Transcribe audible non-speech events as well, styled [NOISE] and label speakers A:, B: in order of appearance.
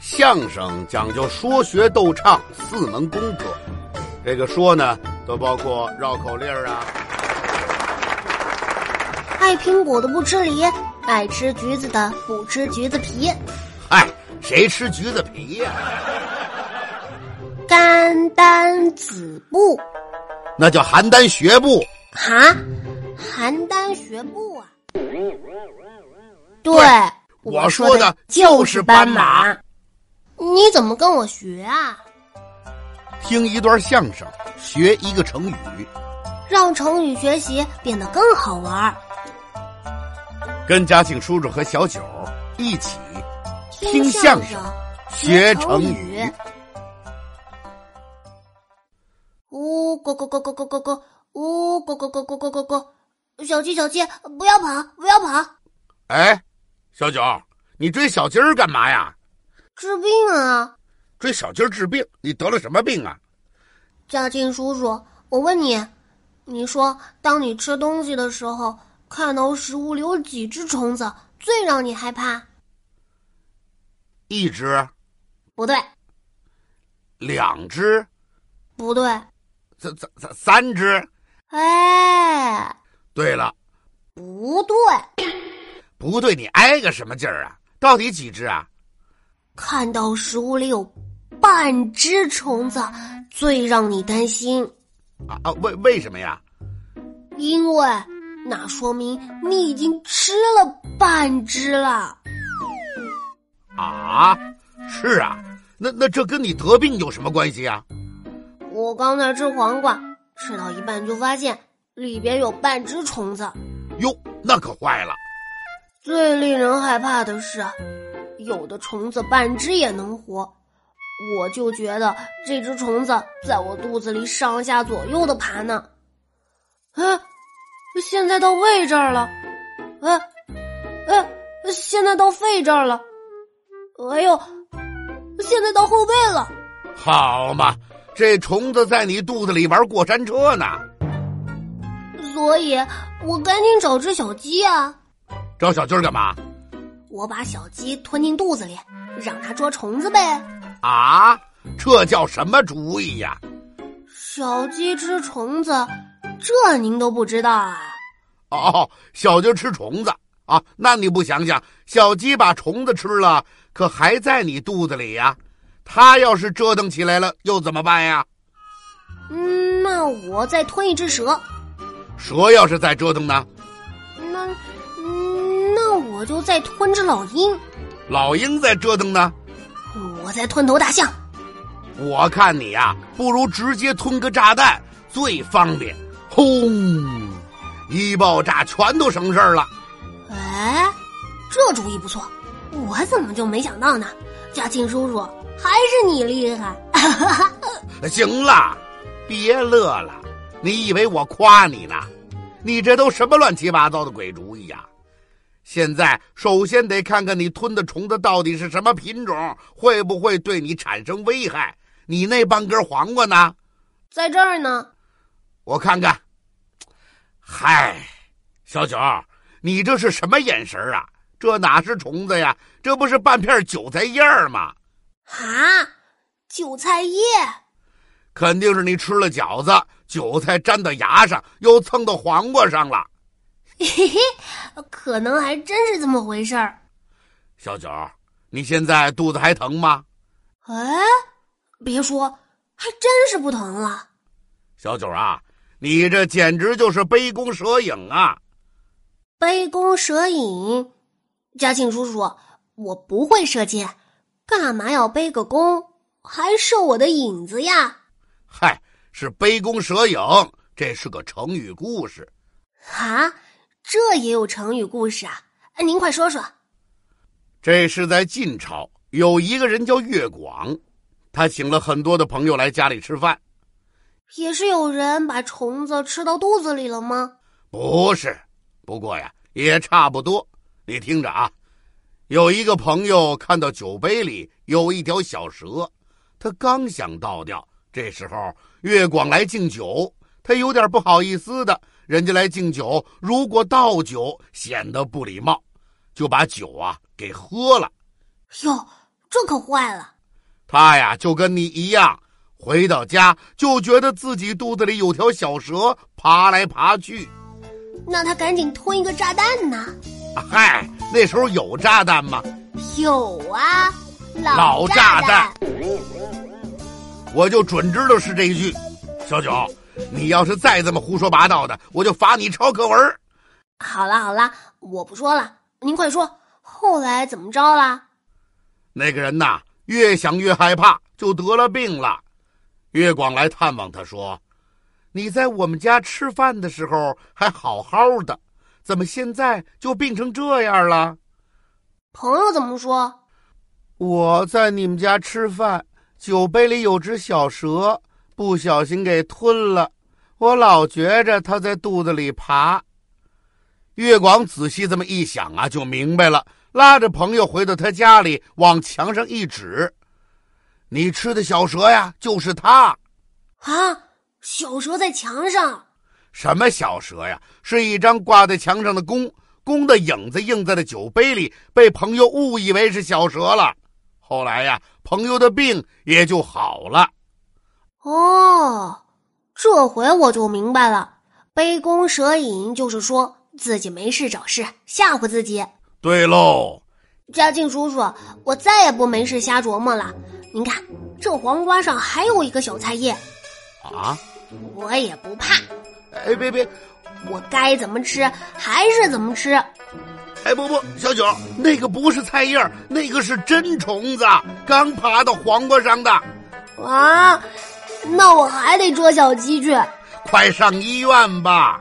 A: 相声讲究说学逗唱四门功课，这个说呢，都包括绕口令儿啊。
B: 爱苹果的不吃梨，爱吃橘子的不吃橘子皮。
A: 嗨，谁吃橘子皮呀、
B: 邯郸子布
A: 那叫邯郸学步。
B: 哈，邯郸学步啊？对，
A: 我说的就是斑马。
B: 你怎么跟我学啊？
A: 听一段相声，学一个成语，
B: 让成语学习变得更好玩儿。
A: 跟嘉庆叔叔和小九一起听相声，学成语。
B: 呜咕咕咕咕咕咕咕，呜咕咕咕咕咕咕咕，小鸡小鸡，不要跑，不要跑，
A: 哎，小九，你追小鸡儿干嘛呀？
B: 治病啊！
A: 追小鸡儿治病，你得了什么病啊？
B: 嘉靖叔叔，我问你，你说当你吃东西的时候，看到食物里有几只虫子最让你害怕？
A: 一只、
B: 不对，
A: 两只、
B: 不对，
A: 三三三三只。
B: 哎，
A: 对了，
B: 不对，
A: 不对，你挨个什么劲儿啊？到底几只啊？
B: 看到食物里有半只虫子最让你担心，
A: 啊啊，为为什么呀？
B: 因为那说明你已经吃了半只了。
A: 啊，是啊，那那这跟你得病有什么关系啊？
B: 我刚才吃黄瓜，吃到一半就发现里边有半只虫子。
A: 哟，那可坏了。
B: 最令人害怕的是，啊有的虫子半只也能活，我就觉得这只虫子在我肚子里上下左右的爬呢。啊，现在到胃这儿了，啊，啊，现在到肺这儿了，哎呦，现在到后背了。
A: 好嘛，这虫子在你肚子里玩过山车呢。
B: 所以我赶紧找只小鸡啊！
A: 找小鸡儿干嘛？
B: 我把小鸡吞进肚子里，让它捉虫子呗。
A: 啊，这叫什么主意呀、
B: 小鸡吃虫子，这您都不知道啊？
A: 哦，小鸡吃虫子啊？那你不想想，小鸡把虫子吃了，可还在你肚子里呀？它要是折腾起来了，又怎么办呀？
B: 嗯，那我再吞一只蛇，
A: 蛇要是再折腾呢？
B: 那嗯那我就再吞只老鹰，
A: 老鹰再折腾呢？
B: 我再吞头大象。
A: 我看你呀、不如直接吞个炸弹最方便。轰！一爆炸全都省事儿了。
B: 哎，这主意不错，我怎么就没想到呢？嘉庆叔叔，还是你厉害。
A: 行了，别乐了，你以为我夸你呢？你这都什么乱七八糟的鬼主意呀、现在首先得看看你吞的虫子到底是什么品种，会不会对你产生危害。你那半根黄瓜呢？
B: 在这儿呢。
A: 我看看。嗨，小九儿，你这是什么眼神儿啊？这哪是虫子呀？这不是半片韭菜叶儿吗？
B: 啊，韭菜叶， [LAUGHS]
A: 肯定是你吃了饺子，韭菜粘到牙上，又蹭到黄瓜上了。
B: 嘿嘿，可能还真是这么回事儿。
A: 小九儿，你现在肚子还疼吗？
B: 哎，别说，还真是不疼了。
A: 小九儿啊，你这简直就是杯弓蛇影啊！
B: 杯弓蛇影，嘉庆叔叔，我不会射箭，干嘛要背个弓，还射我的影子呀？
A: 嗨，是杯弓蛇影，这是个成语故事。
B: 啊，这也有成语故事啊？哎您快说说。
A: 这是在晋朝，有一个人叫岳广，他请了很多的朋友来家里吃饭。
B: 也是有人把虫子吃到肚子里了吗？
A: 不是，不过呀，也差不多。你听着啊，有一个朋友看到酒杯里有一条小蛇，他刚想倒掉，这时候岳广来敬酒，他有点不好意思的，人家来敬酒，如果倒酒显得不礼貌，就把酒啊给喝了。
B: 哟，这可坏了。
A: 他呀就跟你一样，回到家就觉得自己肚子里有条小蛇爬来爬去。
B: 那他赶紧吞一个炸弹呐！
A: 啊嗨，那时候有炸弹吗？
B: 有啊，
A: 老
B: 炸
A: 炸弹。我就准知道是这一句。小九，你要是再这么胡说八道的，我就罚你抄课文儿。
B: 好啦好啦，我不说了，您快说，后来怎么着啦？
A: 那个人呐，越想越害怕，就得了病了。月广来探望他说：“你在我们家吃饭的时候还好好的，怎么现在就病成这样了
B: 朋友怎么说？？”
A: 我在你们家吃饭，酒杯里有只小蛇，不小心给吞了。我老觉着它在肚子里爬。月广仔细这么一想啊，就明白了，拉着朋友回到他家里，往墙上一指：“你吃的小蛇呀，就是它。
B: 啊，小蛇在墙上。
A: 什么小蛇呀？是一张挂在墙上的弓，弓的影子映在了酒杯里，被朋友误以为是小蛇了。后来呀，朋友的病也就好了。
B: 哦，这回我就明白了，杯弓蛇影就是说自己没事找事吓唬自己。
A: 对喽，
B: 嘉靖叔叔，我再也不没事瞎琢磨了。您看，这黄瓜上还有一个小菜叶，
A: 啊，
B: 我也不怕，
A: 哎，别别，
B: 我该怎么吃还是怎么吃。
A: 哎，不不，小九，那个不是菜叶儿，那个是真虫子，刚爬到黄瓜上的，
B: 啊，那我还得捉小鸡去。
A: 快上医院吧。